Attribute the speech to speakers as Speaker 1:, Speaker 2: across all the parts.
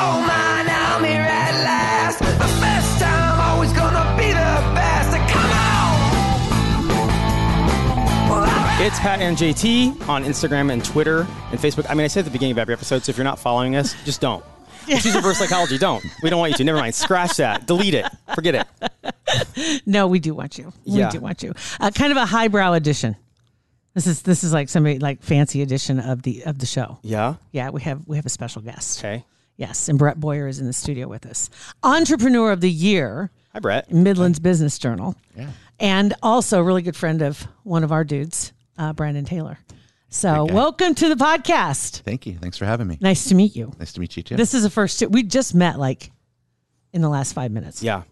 Speaker 1: Oh man, I'm here at last. The best time, always gonna be the best. Come on. Well, I-
Speaker 2: It's Pat and JT on Instagram and Twitter and Facebook. I mean, I say at the beginning of every episode, so if you're not following us, just don't. Which is reverse psychology. Don't. We don't want you to. Never mind. Scratch that. Delete it. Forget it.
Speaker 3: No, we do want you.
Speaker 2: Yeah.
Speaker 3: We do want you. Uh, kind of a highbrow edition. This is this is like somebody like fancy edition of the of the show.
Speaker 2: Yeah.
Speaker 3: Yeah, we have we have a special guest.
Speaker 2: Okay.
Speaker 3: Yes, and Brett Boyer is in the studio with us. Entrepreneur of the Year,
Speaker 2: Hi, Brett.
Speaker 3: Midlands Business Journal. Yeah. And also a really good friend of one of our dudes, uh, Brandon Taylor. So welcome to the podcast.
Speaker 4: Thank you. Thanks for having me.
Speaker 3: Nice to meet you.
Speaker 4: Nice to meet you too.
Speaker 3: This is the first we just met like in the last five minutes.
Speaker 2: Yeah.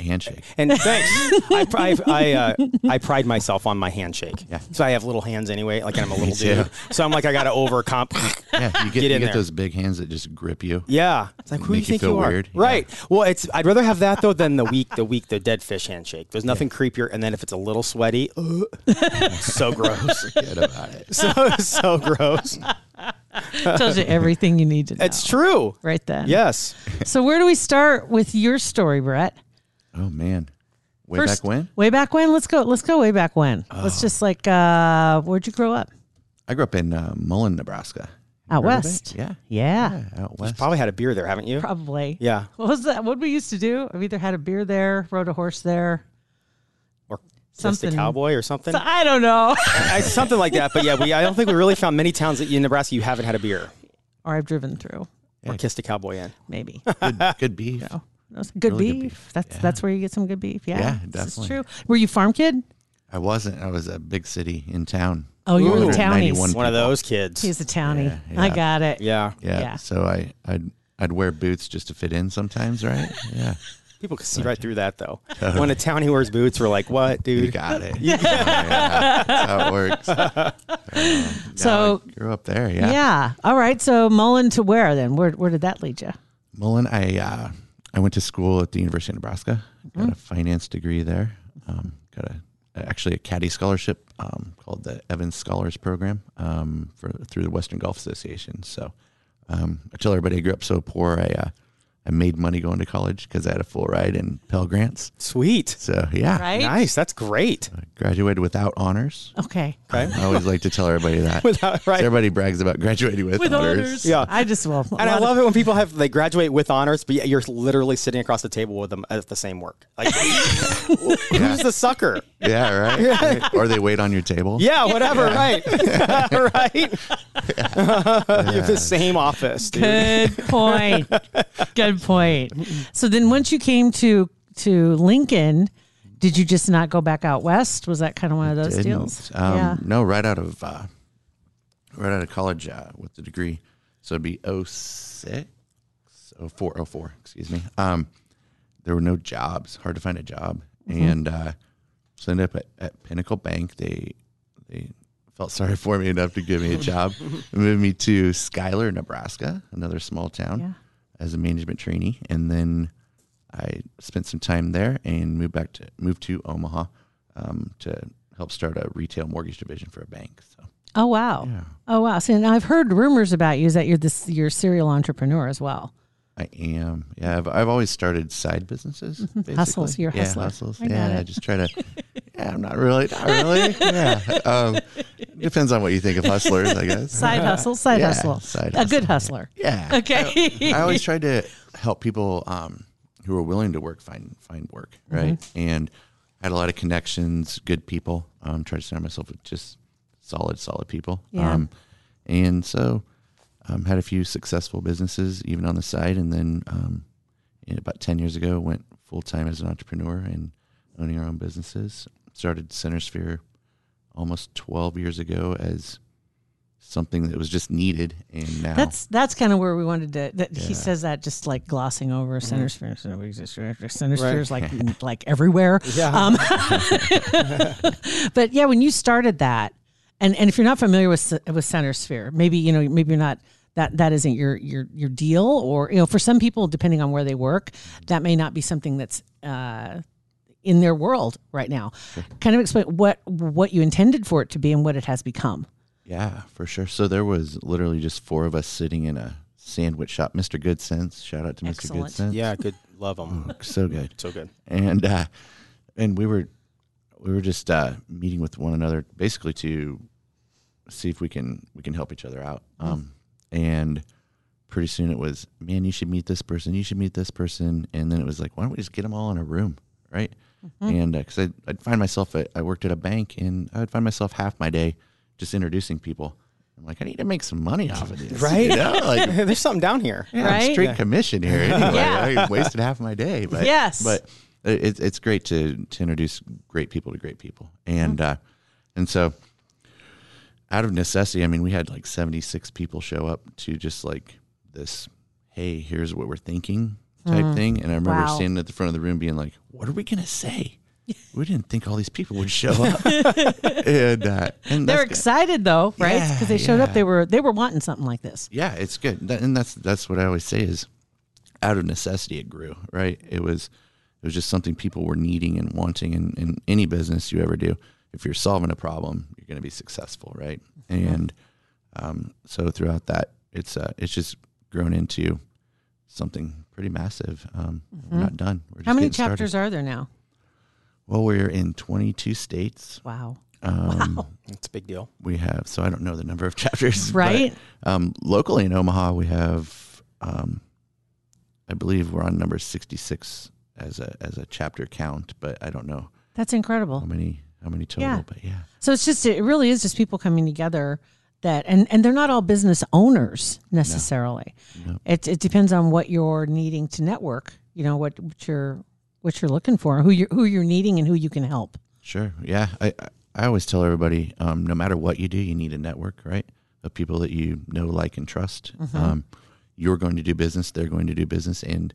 Speaker 4: handshake.
Speaker 2: And thanks. I pr- I I, uh, I pride myself on my handshake. Yeah. So I have little hands anyway. Like I'm a little dude. So I'm like I gotta overcomp.
Speaker 4: Yeah, you get,
Speaker 2: Get
Speaker 4: you
Speaker 2: in
Speaker 4: get
Speaker 2: there.
Speaker 4: those big hands that just grip you.
Speaker 2: Yeah. It's like who do
Speaker 4: Make
Speaker 2: you
Speaker 4: you
Speaker 2: think you,
Speaker 4: feel
Speaker 2: are?
Speaker 4: weird. Yeah.
Speaker 2: Right. Well, it's I'd rather have that though than the weak the weak the dead fish handshake. There's nothing creepier. And then if it's a little sweaty, ugh, so gross.
Speaker 4: Forget about it.
Speaker 2: so so gross.
Speaker 3: Tells you everything you need to know.
Speaker 2: It's true.
Speaker 3: Right then.
Speaker 2: Yes.
Speaker 3: So where do we start with your story, Brett?
Speaker 4: Oh man. Way
Speaker 3: First-
Speaker 4: back when? Oh.
Speaker 3: Way back when? Let's go. Let's go way back when. Let's just like uh where'd you grow up?
Speaker 4: I grew up in uh, Mullen, Nebraska.
Speaker 3: Out
Speaker 4: Heard of it?
Speaker 3: west.
Speaker 4: Yeah.
Speaker 3: Yeah.
Speaker 4: Yeah, Out west.
Speaker 2: Probably had a beer there, haven't you?
Speaker 3: Probably.
Speaker 2: Yeah.
Speaker 3: What was that? What we used to do? I've either had a beer there, rode a horse there.
Speaker 2: Or just a
Speaker 3: Something.
Speaker 2: cowboy or something.
Speaker 3: So I don't know.
Speaker 2: I- something like that. But yeah, we I don't think we really found many towns that you in Nebraska you haven't had a beer
Speaker 3: or I've driven through,
Speaker 2: or kissed a cowboy in.
Speaker 3: maybe.
Speaker 4: Good, good beef.
Speaker 3: No. No, it's Good,
Speaker 4: Really
Speaker 3: beef.
Speaker 4: good
Speaker 3: That's that's where you get some good beef. Yeah,
Speaker 4: Yeah,
Speaker 3: This is
Speaker 4: definitely.
Speaker 3: true. Were you farm kid?
Speaker 4: I wasn't. I was a big city in town.
Speaker 3: Oh, you were the townies.
Speaker 4: 191
Speaker 2: One of
Speaker 4: people.
Speaker 2: those kids.
Speaker 3: He's a townie.
Speaker 4: Yeah,
Speaker 3: I
Speaker 4: yeah.
Speaker 3: got it.
Speaker 2: yeah.
Speaker 4: Yeah.
Speaker 3: Yeah.
Speaker 4: So I, I'd, I'd wear boots just to fit in sometimes, right? Yeah.
Speaker 2: People can see right through that though. When a townie wears boots, we're like, what,
Speaker 4: You
Speaker 2: dude?
Speaker 4: got it. Yeah. That's how it works. Um,
Speaker 3: So-
Speaker 4: now I grew up there.
Speaker 3: Yeah.
Speaker 4: Yeah.
Speaker 3: All right. So Mullen to where then? Where where did that lead you?
Speaker 4: Mullen, I uh, I went to school at the University of Nebraska. Got a finance degree there. Um, got a actually a caddy scholarship um, called the Evans Scholars Program um, for through the Western Golf Association. So um, I tell everybody I grew up so poor. I uh, I made money going to college because I had a full ride and Pell grants.
Speaker 2: Sweet.
Speaker 4: So yeah,
Speaker 3: Right.
Speaker 2: Nice. That's great.
Speaker 4: I graduated without honors.
Speaker 3: Okay.
Speaker 2: Okay.
Speaker 4: I always like to tell everybody that.
Speaker 2: Without- right.
Speaker 4: So everybody brags about graduating with, honors.
Speaker 2: Yeah.
Speaker 3: I just will.
Speaker 2: And I love it when people have they graduate with honors, but yet you're literally sitting across the table with them at the same work. Like, who's the sucker?
Speaker 4: Yeah, right. Or they wait on your table.
Speaker 2: Yeah, whatever. Right, right. you have the same office, dude.
Speaker 3: Good point. Good point. So then, once you came to to Lincoln, did you just not go back out west? Was that kind of one of those
Speaker 4: didn't.
Speaker 3: deals?
Speaker 4: Um,
Speaker 3: yeah.
Speaker 4: No, right out of uh, right out of college uh, with the degree, so it'd be 06, 04, 04, excuse me. Um, there were no jobs, hard to find a job,
Speaker 3: Mm-hmm.
Speaker 4: and uh, so I ended up at, at Pinnacle Bank. They they felt sorry for me enough to give me a job and moved me to Schuyler, Nebraska, another small town,
Speaker 3: Yeah.
Speaker 4: as a management trainee, and then. I spent some time there and moved back to moved to Omaha um, to help start a retail mortgage division for a bank. So
Speaker 3: Oh wow. Oh wow. So and I've heard rumors about you is that you're this you're a serial entrepreneur as well.
Speaker 4: I am, yeah. I've, I've always started side businesses, basically.
Speaker 3: Mm-hmm. Hustles, you're a
Speaker 4: yeah,
Speaker 3: hustler.
Speaker 4: hustles.
Speaker 3: I got
Speaker 4: yeah,
Speaker 3: it.
Speaker 4: I just try to. Yeah, I'm not really, not really. Yeah, um, depends on what you think of hustlers, I guess.
Speaker 3: Side hustle. Side
Speaker 4: Yeah,
Speaker 3: hustle.
Speaker 4: side
Speaker 3: a good
Speaker 4: hustle.
Speaker 3: hustler.
Speaker 4: Yeah.
Speaker 3: Okay.
Speaker 4: I always tried to help people um, who are willing to work find find work, right?
Speaker 3: Mm-hmm.
Speaker 4: And I had a lot of connections, good people. Um, tried to surround myself with just solid, solid people.
Speaker 3: Yeah.
Speaker 4: Um, and so, um, had a few successful businesses even on the side, and then um, in about ten years ago, went full time as an entrepreneur and owning our own businesses. Started Center Sphere almost twelve years ago as something that was just needed, and now
Speaker 3: That's that's kind of where we wanted to. That He says that just like glossing over center spheres. Nobody exists after center spheres, like like everywhere. Um,
Speaker 2: Yeah.
Speaker 3: But yeah, when you started that, and and if you're not familiar with c- with center sphere, maybe you know maybe you're not that that isn't your your your deal, or you know for some people depending on where they work, that may not be something that's. Uh, in their world right now, kind of explain what what you intended for it to be and what it has become.
Speaker 4: Yeah, for sure. So there was literally just four of us sitting in a sandwich shop. Mr. Good Sense, shout out to Mr.
Speaker 3: Excellent.
Speaker 4: Good Sense.
Speaker 2: yeah, I could love them.
Speaker 4: so good.
Speaker 2: So good.
Speaker 4: And uh, and we were we were just uh, meeting with one another basically to see if we can we can help each other out. Um, and pretty soon it was, man, you should meet this person. You should meet this person. And then it was like, why don't we just get them all in a room, right? And because I'd, I'd find myself, at, I worked at a bank, and I would find myself half my day just introducing people. I'm like, I need to make some money off of this,
Speaker 2: Right?
Speaker 4: You know, like
Speaker 2: There's something down here.
Speaker 4: yeah, I'm
Speaker 3: Right?
Speaker 4: straight
Speaker 3: Yeah.
Speaker 4: commission here. Anyway,
Speaker 3: Yeah.
Speaker 4: I wasted half my day. But,
Speaker 3: Yes.
Speaker 4: but it, it's great to to introduce great people to great people, and uh, and so out of necessity, I mean, we had like 76 people show up to just like this. Hey, here's what we're thinking type thing, and I remember
Speaker 3: Mm. Wow.
Speaker 4: standing at the front of the room, being like, "What are we gonna say?" We didn't think all these people would show up, and, uh, and
Speaker 3: They're
Speaker 4: that's good.
Speaker 3: excited though, right?
Speaker 4: Yeah,
Speaker 3: Because they showed up,
Speaker 4: yeah.
Speaker 3: they were they were wanting something like this.
Speaker 4: yeah, it's good, That- and that's that's what I always say is, out of necessity it grew, right? It was it was just something people were needing and wanting, and in any business you ever do, if you're solving a problem, you're going to be successful, right? And um, so throughout that, it's uh, it's just grown into something pretty massive. Um, We're not done. We're just
Speaker 3: Mm-hmm. How many
Speaker 4: getting started.
Speaker 3: chapters are there now?
Speaker 4: Well, we're in 22 states.
Speaker 3: Wow.
Speaker 4: Um,
Speaker 2: It's a big deal.
Speaker 4: we have so i don't know the number of chapters but,
Speaker 3: Right.
Speaker 4: um locally in omaha we have um i believe we're on number 66 as a as a chapter count but i don't know
Speaker 3: That's
Speaker 4: how
Speaker 3: incredible.
Speaker 4: many how many total
Speaker 3: Yeah.
Speaker 4: but yeah
Speaker 3: So it's just it really is just people coming together that and and they're not all business owners necessarily. It it depends on what you're needing to network, you know, what what you're what you're looking for, who you are who you're needing and who you can help.
Speaker 4: sure yeah i I- i always tell everybody um no matter what you do you need a network right of people that you know like and trust
Speaker 3: Mm-hmm.
Speaker 4: um you're going to do business they're going to do business and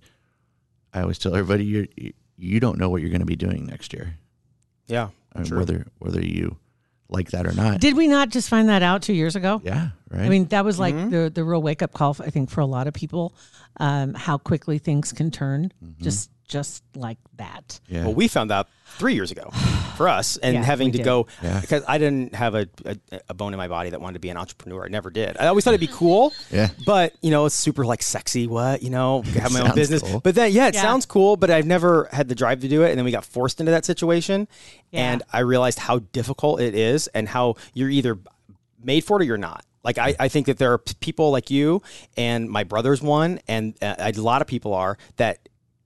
Speaker 4: i always tell everybody you're, you you don't know what you're going to be doing next year
Speaker 2: Yeah.
Speaker 4: I mean, whether whether you like that or not
Speaker 3: Did we not just find that out 2 years ago?
Speaker 4: Yeah, right.
Speaker 3: I mean, that was like
Speaker 2: Mm-hmm.
Speaker 3: the the real wake up call. I think for a lot of people, um, how quickly things can turn,
Speaker 2: Mm-hmm.
Speaker 3: just just like that.
Speaker 4: yeah,
Speaker 2: Well, we found out three years ago for us, and
Speaker 3: Yeah, we
Speaker 2: having to
Speaker 3: did.
Speaker 2: go
Speaker 4: Yeah.
Speaker 2: because I didn't have a, a, a bone in my body that wanted to be an entrepreneur. I never did. I always thought it'd be cool.
Speaker 4: Yeah.
Speaker 2: But you know, it's super like sexy. What you know, I have my own
Speaker 4: Sounds
Speaker 2: business.
Speaker 4: cool.
Speaker 2: But then, yeah, it
Speaker 3: Yeah.
Speaker 2: sounds cool. But I've never had the drive to do it. And then we got forced into that situation,
Speaker 3: Yeah.
Speaker 2: and I realized how difficult it is, and how you're either made for it or you're not. Like I, I think that there are p- people like you and my brother's one, and uh, a lot of people are that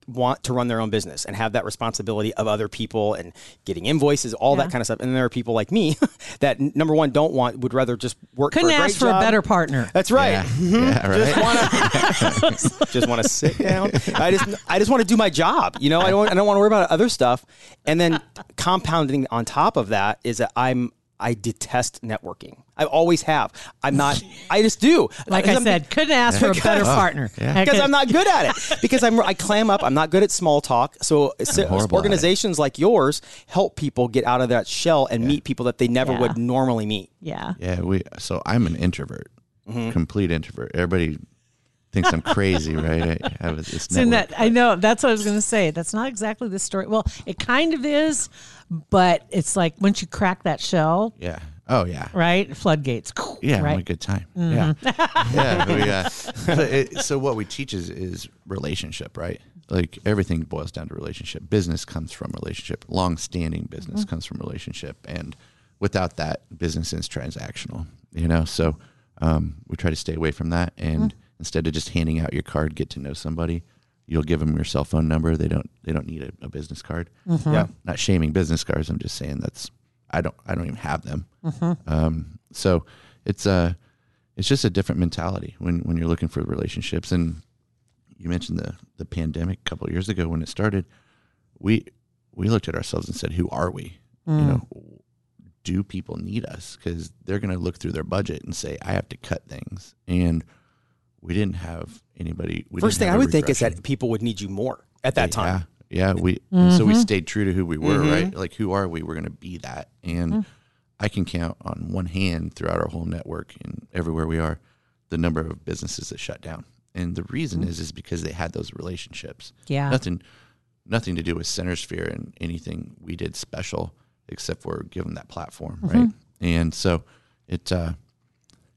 Speaker 2: want to run their own business and have that responsibility of other people and getting invoices, all that kind of stuff. And there are people like me that n- number one don't want would rather just work.
Speaker 3: Couldn't
Speaker 2: for a great
Speaker 3: ask for a
Speaker 2: job.
Speaker 3: better partner.
Speaker 2: That's right.
Speaker 4: yeah,
Speaker 2: Mhm.
Speaker 4: yeah, right.
Speaker 2: Just wanna, just wanna sit down. I just, I just want to do my job. You know, I don't, I don't want to worry about other stuff. And then compounding on top of that is that I'm, I detest networking. I always have. I'm not. I just do.
Speaker 3: Like I
Speaker 2: I'm-
Speaker 3: said, couldn't ask for a better partner. I
Speaker 2: because
Speaker 3: could-
Speaker 2: I'm not Oh, good at it. Because I'm I clam up. I'm not good at small talk. So, so
Speaker 4: horrible at
Speaker 2: organizations like yours help people get out of that shell and meet people that they never
Speaker 3: Yeah.
Speaker 2: would normally meet.
Speaker 3: Yeah.
Speaker 4: yeah. We so I'm an introvert, complete introvert. Everybody thinks I'm crazy, right? I have this
Speaker 3: It's in
Speaker 4: network.
Speaker 3: that I know that's what I was going to say. That's not exactly the story. Well, it kind of is, but it's like once you crack that shell,
Speaker 4: yeah. Oh yeah.
Speaker 3: right? Floodgates.
Speaker 2: oh
Speaker 4: Yeah, I'm
Speaker 3: Right.
Speaker 4: a good time. Yeah, yeah. we, uh, so, it, so what we teach is is relationship, right? Like everything boils down to relationship. Business comes from relationship. Long standing business comes from relationship, and without that, business is transactional. You know, so um, we try to stay away from that. And instead of just handing out your card, get to know somebody. You'll give them your cell phone number. They don't. They don't need a, a business card. Yeah, not shaming business cards. I'm just saying that's. I don't. I don't even have them. Um, so it's a, it's just a different mentality when, when you're looking for relationships. And you mentioned the, the pandemic a couple of years ago when
Speaker 2: Mm.
Speaker 4: it started, we, we looked at ourselves and said, who are we? You know, do people need us? Because they're going to look through their budget and say, I have to cut things. And we didn't have anybody. We
Speaker 2: First
Speaker 4: didn't
Speaker 2: thing I
Speaker 4: have a
Speaker 2: would think is
Speaker 4: refreshing.
Speaker 2: that people would need you more at that time. Mm-hmm.
Speaker 4: Yeah, yeah. We and so we stayed true to who we were, right? Like who are we? We're going to be that, and
Speaker 2: Mm.
Speaker 4: I can count on one hand throughout our whole network and everywhere we are, the number of businesses that shut down. And the reason
Speaker 2: Mm.
Speaker 4: is is because they had those relationships.
Speaker 3: Yeah.
Speaker 4: nothing, nothing to do with Center Sphere and anything we did special, except for giving that platform,
Speaker 2: Mm-hmm.
Speaker 4: right? And so it. uh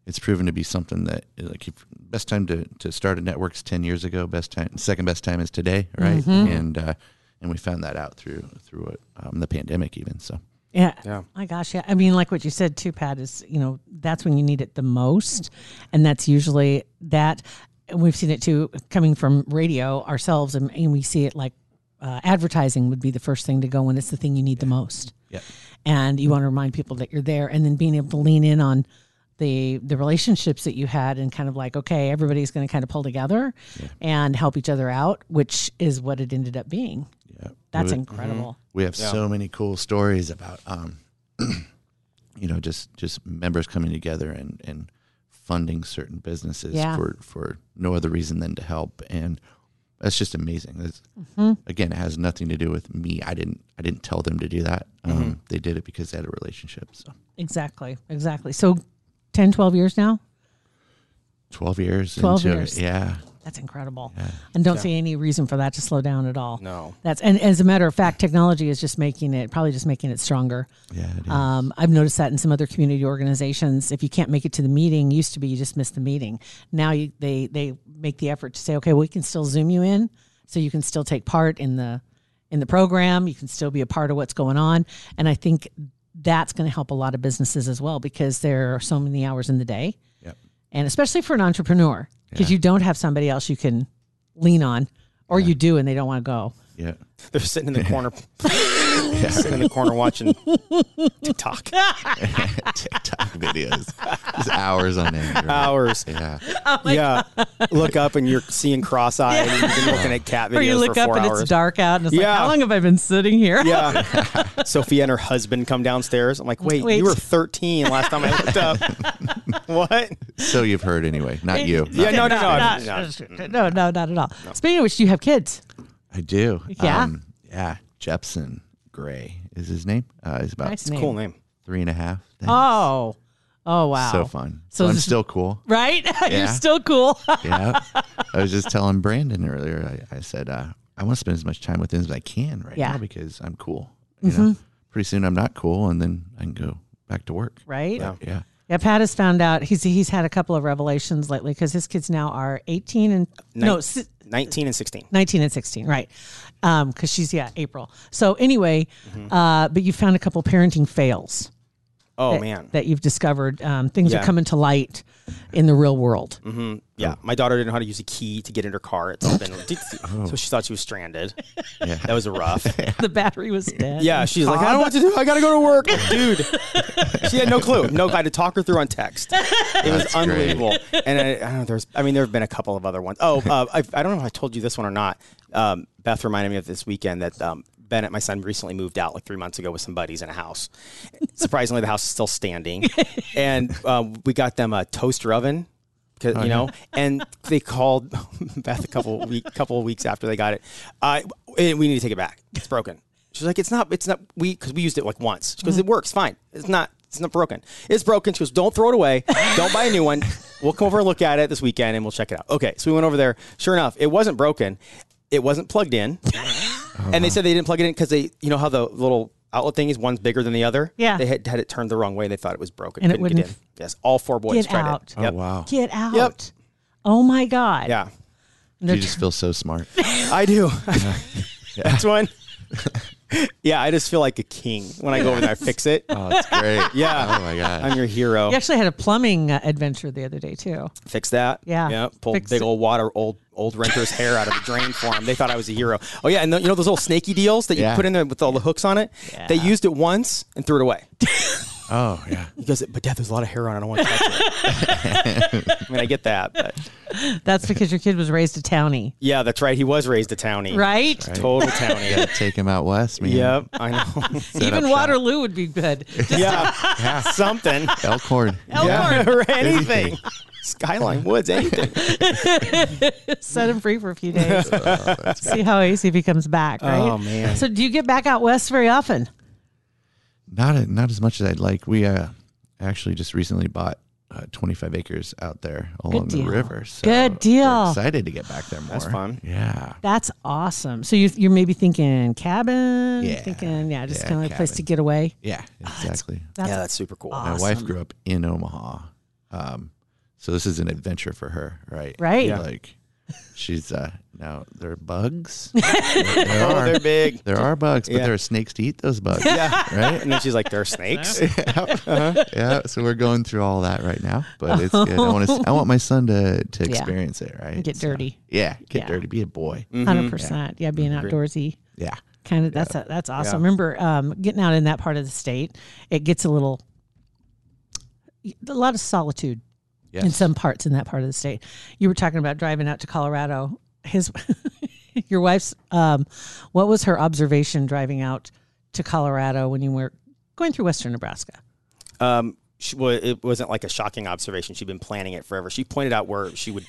Speaker 4: it's proven to be something that like if best time to, to start a network's 10 years ago best time second best time is today right and uh, and we found that out through through um, the pandemic even so
Speaker 3: Yeah.
Speaker 2: Yeah.
Speaker 3: My gosh. Yeah. I mean, like what you said too, Pat, is, you know, that's when you need it the most. And that's usually that. And we've seen it too coming from radio ourselves. And, and we see it like uh, advertising would be the first thing to go when it's the thing you need the most.
Speaker 4: yeah
Speaker 3: And you want to remind people that you're there and then being able to lean in on the the relationships that you had and kind of like okay everybody's going to kind of pull together and help each other out which is what it ended up being
Speaker 4: yeah
Speaker 3: that's
Speaker 4: we,
Speaker 3: incredible
Speaker 4: we have so many cool stories about um you know just just members coming together and and funding certain businesses
Speaker 3: Yeah.
Speaker 4: for for no other reason than to help and that's just amazing that's again it has nothing to do with me i didn't i didn't tell them to do that um, they did it because they had a relationship so
Speaker 3: Exactly. Exactly. So 10, 12 years now?
Speaker 4: 12 years
Speaker 3: 12
Speaker 4: into
Speaker 3: years.
Speaker 4: it. Yeah.
Speaker 3: That's incredible. And don't see any reason for that to slow down at all.
Speaker 2: No.
Speaker 3: That's and as a matter of fact, technology is just making it probably just making it stronger.
Speaker 4: Yeah. It is.
Speaker 3: Um, I've noticed that in some other community organizations, if you can't make it to the meeting, used to be you just missed the meeting. Now you, they they make the effort to say, okay, we can still zoom you in, so you can still take part in the in the program. You can still be a part of what's going on, and I think that's going to help a lot of businesses as well because there are so many hours in the day,
Speaker 4: Yep.
Speaker 3: and especially for an entrepreneur because you don't have somebody else you can lean on, or you do and they don't want to go.
Speaker 4: Yeah.
Speaker 2: They're sitting in the corner, sitting in the corner watching TikTok
Speaker 4: TikTok videos. Just hours on end. right?
Speaker 2: hours.
Speaker 4: Yeah.
Speaker 2: yeah, look up and you're seeing cross-eyed. and You've been looking at cat videos
Speaker 3: Or you look
Speaker 2: for
Speaker 3: up
Speaker 2: four
Speaker 3: and
Speaker 2: hours.
Speaker 3: it's dark out, and it's
Speaker 2: Yeah.
Speaker 3: like, how long have I been sitting here?
Speaker 2: Yeah, Sophia and her husband come downstairs. I'm like, wait,
Speaker 3: Wait.
Speaker 2: you were 13 last time I looked up. what?
Speaker 4: So you've heard anyway. Not you.
Speaker 2: Yeah, no, no, no,
Speaker 3: no,
Speaker 2: I'm-
Speaker 3: no,
Speaker 2: no.
Speaker 3: no, no, not at all. Speaking of which, do you have kids?
Speaker 4: I do. Um,
Speaker 3: Yeah.
Speaker 4: yeah. Jepson Gray is his name. Uh, he's about
Speaker 3: Nice
Speaker 2: Cool name.
Speaker 4: three and a half. Thanks.
Speaker 3: Oh, oh, wow.
Speaker 4: So fun.
Speaker 3: So
Speaker 4: So I'm
Speaker 3: this-
Speaker 4: still cool.
Speaker 3: Right? You're
Speaker 4: Yeah.
Speaker 3: still cool.
Speaker 4: Yeah. I was just telling Brandon earlier, I, I said, uh, I want to spend as much time with him as I can right
Speaker 3: Yeah. Mm-hmm.
Speaker 4: now because I'm cool. You know, pretty soon I'm not cool and then I can go back to work.
Speaker 3: right?
Speaker 4: But, yeah.
Speaker 3: Yeah, Pat has found out he's he's had a couple of revelations lately because his kids now are 18 and no, si-
Speaker 2: 19 and 16.
Speaker 3: 19 and 16, right? Because she's yeah, April. So anyway,
Speaker 2: Mm-hmm.
Speaker 3: uh, but you found a couple parenting fails.
Speaker 2: Oh man,
Speaker 3: that you've discovered um, things are
Speaker 2: Yeah. Mm-hmm.
Speaker 3: coming to light in the real world.
Speaker 2: yeah. My daughter didn't know how to use a key to get in her car. It's all been so she thought she was stranded. That was rough.
Speaker 3: The battery was dead.
Speaker 2: Yeah, she's like, I don't know what to do. I gotta go to work, dude. she had no clue. No, I had to talk her through on text. It was
Speaker 4: great.
Speaker 2: unbelievable. And I, I don't know. There's, I mean, there have been a couple of other ones. Oh, uh, I, I don't know if I told you this one or not. Um, Beth reminded me of this weekend that um, Bennett, my son, recently moved out like three months ago with some buddies in a house. Surprisingly, the house is still standing, and um, we got them a toaster oven. 'cause,
Speaker 3: Oh,
Speaker 2: you know, and they called Beth a couple week, couple of weeks after they got it. Uh, we we need to take it back. It's broken. She's like, it's not, it's not. We because we used it like once. She
Speaker 3: Mm-hmm.
Speaker 2: goes, it works fine. It's not, it's not broken. It's broken. She goes, don't throw it away. Don't buy a new one. We'll come over and look at it this weekend and we'll check it out. Okay, so we went over there. Sure enough, it wasn't broken. It wasn't plugged in, and they said they didn't plug it in because they, you know how the little outlet thing is one's bigger than the other.
Speaker 3: Yeah.
Speaker 2: they had, had it turned the wrong way. and They thought it was broken.
Speaker 3: And it
Speaker 2: Couldn't get
Speaker 3: wouldn't-
Speaker 2: in. Yes, all four boys
Speaker 3: Get
Speaker 2: tried
Speaker 3: out. Oh,
Speaker 2: it. Yep.
Speaker 4: Wow.
Speaker 3: Get out. Oh my God.
Speaker 2: Yeah.
Speaker 3: And they're
Speaker 4: You just feel so smart.
Speaker 2: I do. That's one. yeah, I just feel like a king when I go over there. I fix it.
Speaker 4: Oh, it's great.
Speaker 2: Yeah.
Speaker 4: Oh my god.
Speaker 2: I'm your hero.
Speaker 3: We actually had a plumbing uh, adventure the other day too.
Speaker 2: Fix that.
Speaker 3: Yeah.
Speaker 2: Yeah. Pull
Speaker 3: Fix
Speaker 2: big
Speaker 3: it.
Speaker 2: old water, old old renter's hair out of the drain for him. They thought I was a hero. Oh yeah, and the, you know those little snaky deals that you
Speaker 4: Yeah.
Speaker 2: put in there with all the hooks on it. They used it once and threw it away.
Speaker 4: Oh yeah.
Speaker 2: He goes, but Dad, there's a lot of hair on. it. I don't want to touch it. I mean, I get that, but
Speaker 3: That's because your kid was raised a townie,
Speaker 2: yeah, that's right. He was raised a townie,
Speaker 3: right?
Speaker 2: Total townie.
Speaker 4: Gotta take him out west, man.
Speaker 2: yep, I know.
Speaker 3: Even
Speaker 4: shop.
Speaker 3: Waterloo would be good. Just
Speaker 2: yeah, something
Speaker 4: Elkhorn.
Speaker 3: Elkhorn.
Speaker 2: or anything. Skyline Woods, anything.
Speaker 3: set him free for a few days. See how ACV comes back, right?
Speaker 2: Oh, man.
Speaker 3: So do you get back out west very often?
Speaker 4: Not a, not as much as I'd like. We uh, actually just recently bought uh, 25 acres out there along the
Speaker 3: deal.
Speaker 4: river. So
Speaker 3: Good
Speaker 4: we're
Speaker 3: deal.
Speaker 4: excited to get back there more.
Speaker 2: That's fun.
Speaker 4: Yeah.
Speaker 3: That's awesome. So you, you're maybe thinking cabin,
Speaker 4: Yeah.
Speaker 3: thinking yeah, just
Speaker 4: Yeah,
Speaker 3: kind of like place
Speaker 4: cabin.
Speaker 3: to get away.
Speaker 4: Yeah. Exactly.
Speaker 3: That's
Speaker 2: Yeah, that's super cool.
Speaker 4: My wife
Speaker 3: awesome.
Speaker 4: grew up in Omaha, um, so this is an adventure for her, right?
Speaker 3: Right. Yeah.
Speaker 4: Like she's uh, now there are bugs. there, there
Speaker 2: Oh,
Speaker 4: are
Speaker 2: they're big.
Speaker 4: there are bugs, but
Speaker 2: Yeah.
Speaker 4: there are snakes to eat those bugs.
Speaker 2: Yeah.
Speaker 4: Right.
Speaker 2: And then she's like, there are snakes.
Speaker 4: Uh-huh. Yeah. So we're going through all that right now, but it's good. I want to. I want my son to to experience it. Right.
Speaker 3: Get
Speaker 4: So-
Speaker 3: dirty.
Speaker 4: Yeah. Mm-hmm. Get
Speaker 3: Yeah. Mm.
Speaker 4: dirty. Be a boy.
Speaker 3: 100 percent. Yeah, being
Speaker 4: Mm-hmm.
Speaker 3: outdoorsy.
Speaker 4: Yeah.
Speaker 3: Kind of that's a, that's awesome. Remember, um, getting out in that part of the state, it gets a little, a lot of solitude in
Speaker 4: Yes.
Speaker 3: some parts in that part of the state. You were talking about driving out to Colorado. His, your wife's, um, what was her observation driving out to Colorado when you were going through Western Nebraska?
Speaker 2: um, she, well, it wasn't like a shocking observation. She'd been planning it forever. She pointed out where she would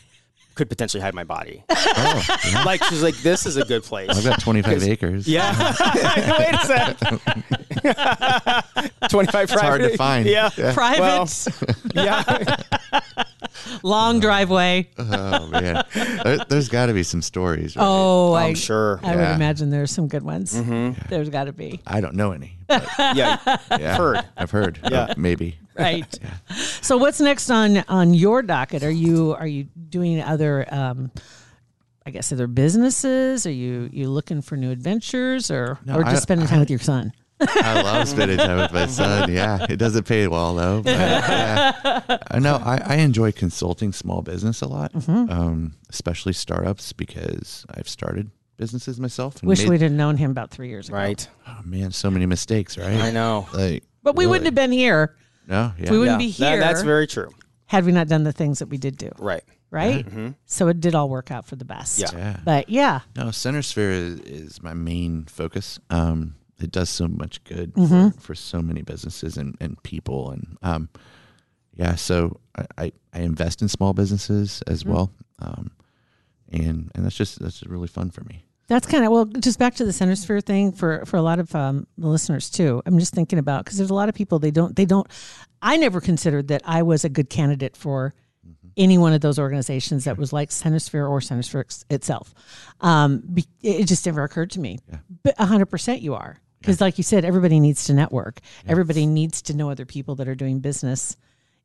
Speaker 2: could potentially hide my body.
Speaker 4: oh, yeah.
Speaker 2: Like she's like, this is a good place.
Speaker 4: I've got 25 acres.
Speaker 2: Yeah. Wait a sec. Twenty five.
Speaker 4: It's hard to find.
Speaker 2: Yeah.
Speaker 3: Private,
Speaker 2: Well- Yeah.
Speaker 3: long driveway.
Speaker 4: Oh man. There, there's got to be some stories. Right?
Speaker 3: Oh, I,
Speaker 2: I'm sure. Mm-hmm.
Speaker 3: I would
Speaker 4: Yeah.
Speaker 3: imagine there's some good ones. There's got to be.
Speaker 4: I don't know any. but
Speaker 2: Yeah.
Speaker 4: yeah,
Speaker 2: Heard.
Speaker 4: I've heard.
Speaker 2: Yeah.
Speaker 4: Maybe.
Speaker 3: right so what's next on on your docket are you are you doing other um i guess other businesses are you you looking for new adventures or or just
Speaker 4: I-
Speaker 3: spending time with your son
Speaker 4: I love spending time with my son. Yeah, it doesn't pay well though. But, yeah. I know I, I enjoy consulting small business a lot,
Speaker 3: Mm-hmm.
Speaker 4: um, especially startups because I've started businesses myself. And
Speaker 3: wish
Speaker 4: made-
Speaker 3: we'd have known him about three years ago
Speaker 2: Right.
Speaker 4: Oh man, so many mistakes, right?
Speaker 2: I know.
Speaker 4: Like,
Speaker 3: but we wouldn't have been here
Speaker 4: No, yeah,
Speaker 3: we wouldn't be
Speaker 2: That-
Speaker 3: here
Speaker 2: that's very true.
Speaker 3: had we not done the things that we did do
Speaker 2: Right.
Speaker 3: right so it did all work out for the best
Speaker 2: Yeah.
Speaker 4: Mm-hmm. yeah.
Speaker 3: but yeah
Speaker 4: No, center sphere is, is my main focus. Um, it does so much good
Speaker 3: Mm-hmm.
Speaker 4: for, for so many businesses and, and people. And um, yeah, so I, I, I invest in small businesses as
Speaker 3: Mm-hmm.
Speaker 4: well. Um, and, and that's just, that's just really fun for me.
Speaker 3: That's kind of well, just back to the center sphere thing for for a lot of um, the listeners too. I'm just thinking about because there's a lot of people they don't they don't. I never considered that I was a good candidate for
Speaker 4: Mm-hmm.
Speaker 3: any one of those organizations that was like center sphere or center sphere ex- itself. Um, be, it it just never occurred to me. But a hundred percent, you are because, like you said, everybody needs to network. Everybody needs to know other people that are doing business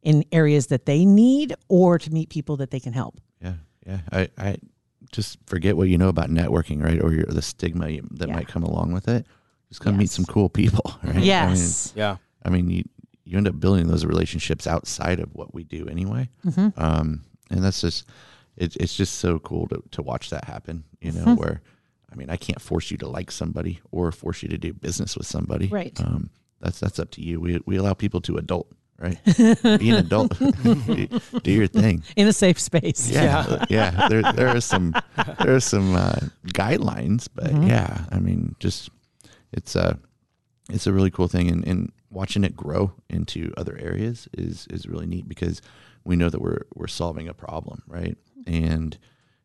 Speaker 3: in areas that they need or to meet people that they can help.
Speaker 4: Yeah. Yeah. I, I just forget what you know about networking, right? Or your, the stigma you, that
Speaker 3: Yeah.
Speaker 4: might come along with it. Just come meet some cool people, right? I mean,
Speaker 3: Yes.
Speaker 2: Yeah.
Speaker 4: I mean, you you end up building those relationships outside of what we do anyway. Um, and that's just it, it's just so cool to, to watch that happen. You know, where I mean, I can't force you to like somebody or force you to do business with somebody.
Speaker 3: Right.
Speaker 4: Um, that's that's up to you. We we allow people to adult, right? Be an adult. do, do your thing.
Speaker 3: in a safe space.
Speaker 4: Yeah, yeah. There, there are some, there are some uh, guidelines, but yeah, I mean, just it's a, it's a really cool thing, and, and watching it grow into other areas is is really neat because we know that we're we're solving a problem, right? And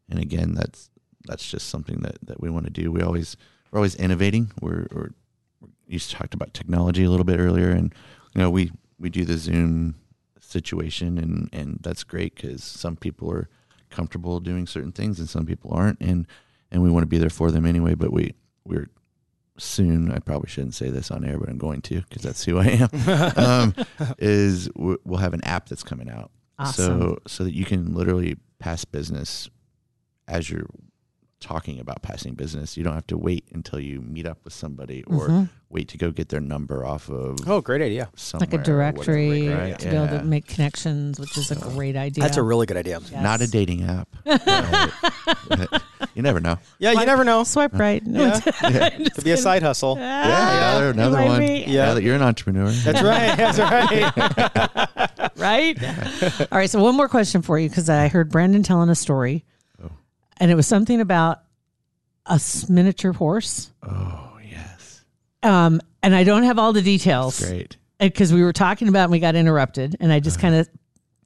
Speaker 4: and again, that's that's just something that that we want to do. We always we're always innovating. We're, we're you talked about technology a little bit earlier, and you know we we do the Zoom situation, and and that's great because some people are comfortable doing certain things, and some people aren't, and and we want to be there for them anyway. But we we're soon. I probably shouldn't say this on air, but I'm going to because that's who I am. um, is we- we'll have an app that's coming out, so so that you can literally pass business as you're talking about passing business. You don't have to wait until you meet up with somebody or wait to go get their number off of
Speaker 2: Oh, great idea.
Speaker 4: somewhere.
Speaker 3: like a
Speaker 4: or whatever,
Speaker 3: directory
Speaker 4: right?
Speaker 3: to be able
Speaker 4: Yeah.
Speaker 3: to make connections, which is a great idea.
Speaker 2: That's a really good idea.
Speaker 4: Not a dating app. right? But You never know.
Speaker 2: Yeah, you never know.
Speaker 3: Swipe right. No,
Speaker 2: Yeah.
Speaker 3: I'm just
Speaker 2: Could be a
Speaker 3: kidding.
Speaker 2: side hustle.
Speaker 4: Yeah,
Speaker 3: Ah,
Speaker 4: another, another
Speaker 3: you might
Speaker 4: one.
Speaker 3: be-
Speaker 4: Yeah, that you're an entrepreneur.
Speaker 2: That's right. That's right.
Speaker 3: right? All right. So one more question for you because I heard Brandon telling a story,
Speaker 4: Oh.
Speaker 3: and it was something about a s- miniature horse.
Speaker 4: oh yes,
Speaker 3: Um, and I don't have all the details
Speaker 4: great. Uh-huh.
Speaker 3: because we were talking about it and we got interrupted, and I just kind of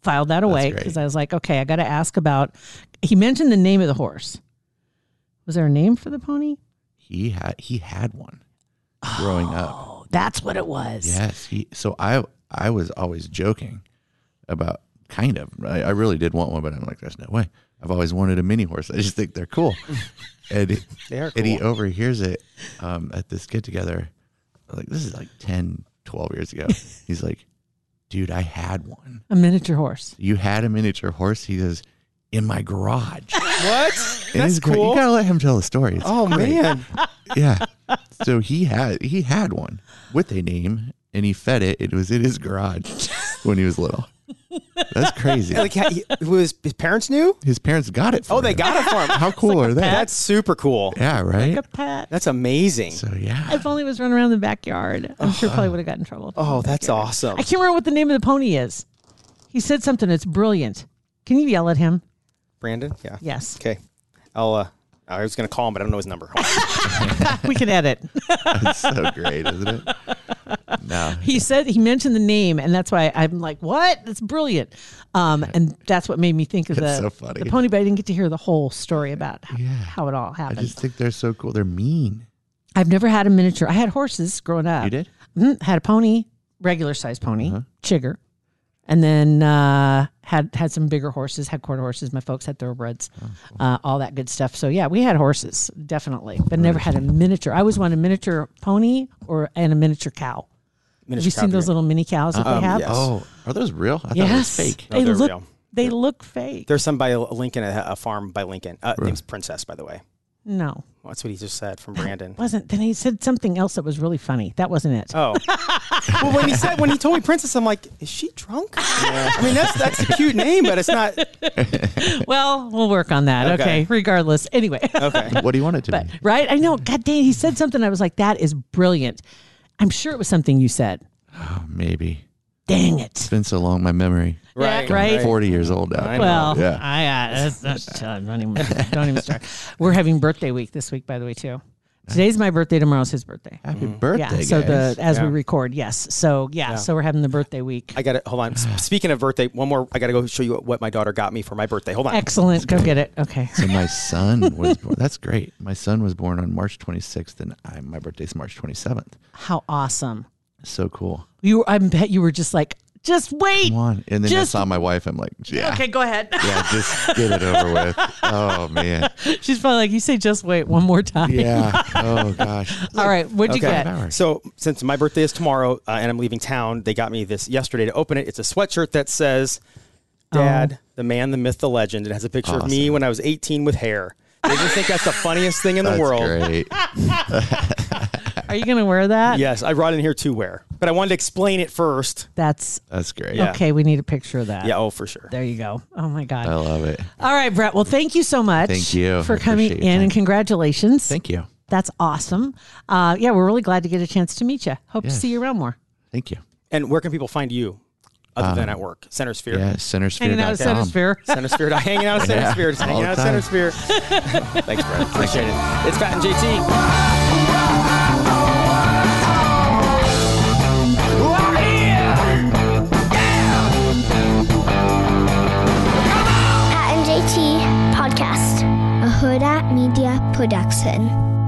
Speaker 3: filed that away
Speaker 4: great.
Speaker 3: because I was like, okay, I got to ask about. He mentioned the name of the horse. Was there a name for the pony?
Speaker 4: He had he had one growing up.
Speaker 3: Oh, that's what it was.
Speaker 4: Yes, he. So I I was always joking about kind of. I, I really did want one, but I'm like, there's no way. I've always wanted a mini horse. I just think they're cool. and
Speaker 2: They are
Speaker 4: and he
Speaker 2: cool.
Speaker 4: overhears it um, at this get together. Like this is like 10, 12 years ago. He's like, dude, I had one.
Speaker 3: A miniature horse.
Speaker 4: You had a miniature horse. He goes in my garage.
Speaker 2: What?
Speaker 4: And
Speaker 2: That's
Speaker 4: it's great.
Speaker 2: cool.
Speaker 4: You gotta let him tell the story. It's
Speaker 2: Oh
Speaker 4: great.
Speaker 2: man.
Speaker 4: yeah. So he had he had one with a name, and he fed it. It was in his garage when he was little. That's crazy.
Speaker 2: Like ha- he- was his parents knew?
Speaker 4: his parents got it. For
Speaker 2: Oh, they
Speaker 4: him.
Speaker 2: got it for him.
Speaker 4: How cool are they?
Speaker 2: That's super cool.
Speaker 4: yeah, right.
Speaker 3: Like a pet.
Speaker 2: That's amazing.
Speaker 4: So yeah,
Speaker 3: If only it was running around in the backyard, I'm sure probably would have got in trouble.
Speaker 2: Oh, that's awesome.
Speaker 3: I can't remember what the name of the pony is. He said something that's brilliant. Can you yell at him?
Speaker 2: Brandon? Yeah.
Speaker 3: Yes.
Speaker 2: Okay. I'll uh I was gonna call him, but I don't know his number. Hold on.
Speaker 3: We can edit.
Speaker 4: that's so great, isn't it? No,
Speaker 3: He said he mentioned the name, and that's why I'm like, "What? That's brilliant!" Um, and that's what made me think of the,
Speaker 4: That's so funny.
Speaker 3: the pony. But I didn't get to hear the whole story about h- how it all
Speaker 4: I
Speaker 3: happened.
Speaker 4: just think they're so cool. They're mean.
Speaker 3: I've never had a miniature. I had horses growing up.
Speaker 4: You did?
Speaker 3: Mhm. had a pony, regular size pony,
Speaker 4: Uh-huh.
Speaker 3: chigger, and then uh, had had some bigger horses. Had quarter horses. My folks had thoroughbreds,
Speaker 4: Oh,
Speaker 3: uh, all that good stuff. So yeah, we had horses definitely, but never had a miniature. I always wanted a miniature pony or and a miniature cow. Have you
Speaker 2: Miniature
Speaker 3: seen those
Speaker 2: copy.
Speaker 3: little mini cows that they have?
Speaker 2: yes. Oh,
Speaker 4: Oh, are those real? I thought it was
Speaker 3: yes,
Speaker 4: fake.
Speaker 2: No,
Speaker 3: they
Speaker 2: they're
Speaker 3: look
Speaker 2: real.
Speaker 3: they look fake.
Speaker 2: There's some by Lincoln, a, a farm by Lincoln. Uh, Name's Princess, by the way.
Speaker 3: no,
Speaker 2: Well, that's what he just said from Brandon.
Speaker 3: wasn't. Then he said something else that was really funny. That wasn't it.
Speaker 2: Oh. well, when he said when he told me Princess, I'm like, is she drunk? I mean, that's that's a cute name, but it's not.
Speaker 3: Well, we'll work on that.
Speaker 2: Okay.
Speaker 3: okay regardless. Anyway.
Speaker 2: Okay.
Speaker 4: What do you want it to be?
Speaker 3: right? I know. God dang, he said something. I was like, that is brilliant. I'm sure it was something you said.
Speaker 4: Oh, maybe.
Speaker 3: Dang
Speaker 4: It's
Speaker 3: it.
Speaker 4: been so long, my memory.
Speaker 2: Right.
Speaker 3: right. Hey.
Speaker 4: Forty years old now.
Speaker 2: I know.
Speaker 3: Well,
Speaker 4: Yeah.
Speaker 3: I uh, that's, that's, uh, don't, even, don't even start. We're having birthday week this week, by the way, too. Today's my birthday. Tomorrow's his birthday.
Speaker 4: Happy birthday,
Speaker 3: Yeah. So
Speaker 4: guys.
Speaker 3: the as we
Speaker 2: Yeah.
Speaker 3: record, yes. So yeah, So we're having the birthday week.
Speaker 2: I got to hold on. S- Speaking of birthday, one more. I got to go show you what my daughter got me for my birthday. Hold on.
Speaker 3: Excellent. Go get it. Okay.
Speaker 4: So my son was born. That's great. My son was born on March 26th, and I, my birthday's March 27th.
Speaker 3: How awesome.
Speaker 4: So cool.
Speaker 3: You. Were, I bet you were just like, just wait.
Speaker 4: Come on. And then
Speaker 3: Just-
Speaker 4: I saw my wife. I'm like, yeah,
Speaker 3: Okay, go ahead.
Speaker 4: yeah, just get it over with. Oh man,
Speaker 3: She's probably like, you say just wait one more time.
Speaker 4: yeah. Oh gosh.
Speaker 3: All right. What'd you
Speaker 4: Five
Speaker 3: get?
Speaker 4: hours.
Speaker 2: So since my birthday is tomorrow uh, and I'm leaving town, they got me this yesterday to open it. It's a sweatshirt that says "Dad, the man, the myth, the legend." It has a picture of me when I was 18 with hair. They just think that's the funniest thing in the
Speaker 4: That's
Speaker 2: world.
Speaker 4: great.
Speaker 3: Are you gonna wear that?
Speaker 2: Yes, I brought it in here to wear, but I wanted to explain it first.
Speaker 3: That's
Speaker 4: That's great.
Speaker 2: Yeah.
Speaker 3: Okay, we need a picture of that.
Speaker 2: Yeah, oh for sure.
Speaker 3: There you go. Oh my God.
Speaker 4: I love it.
Speaker 3: All right, Brett. Well, thank you so much.
Speaker 4: Thank you.
Speaker 3: for
Speaker 4: I
Speaker 3: coming
Speaker 4: appreciate your
Speaker 3: in and
Speaker 4: time.
Speaker 3: congratulations.
Speaker 4: Thank you.
Speaker 3: That's awesome. Uh, yeah, we're really glad to get a chance to meet you. Hope to
Speaker 4: Yes.
Speaker 3: see you around more.
Speaker 4: Thank you.
Speaker 2: And where can people find you other
Speaker 4: Um,
Speaker 2: than at work? Center Sphere.
Speaker 4: Yeah,
Speaker 3: Hanging out at
Speaker 4: centersphere.com.
Speaker 3: Centersphere.
Speaker 2: Center Sphere. Hanging out at Center
Speaker 4: Yeah,
Speaker 2: Sphere. Just
Speaker 4: all
Speaker 2: hanging
Speaker 4: the
Speaker 2: out at Center Sphere.
Speaker 4: time.
Speaker 2: Thanks, Brad. Appreciate it. It's Fat and JT.
Speaker 5: Pat and JT Podcast, a Huda Media Production.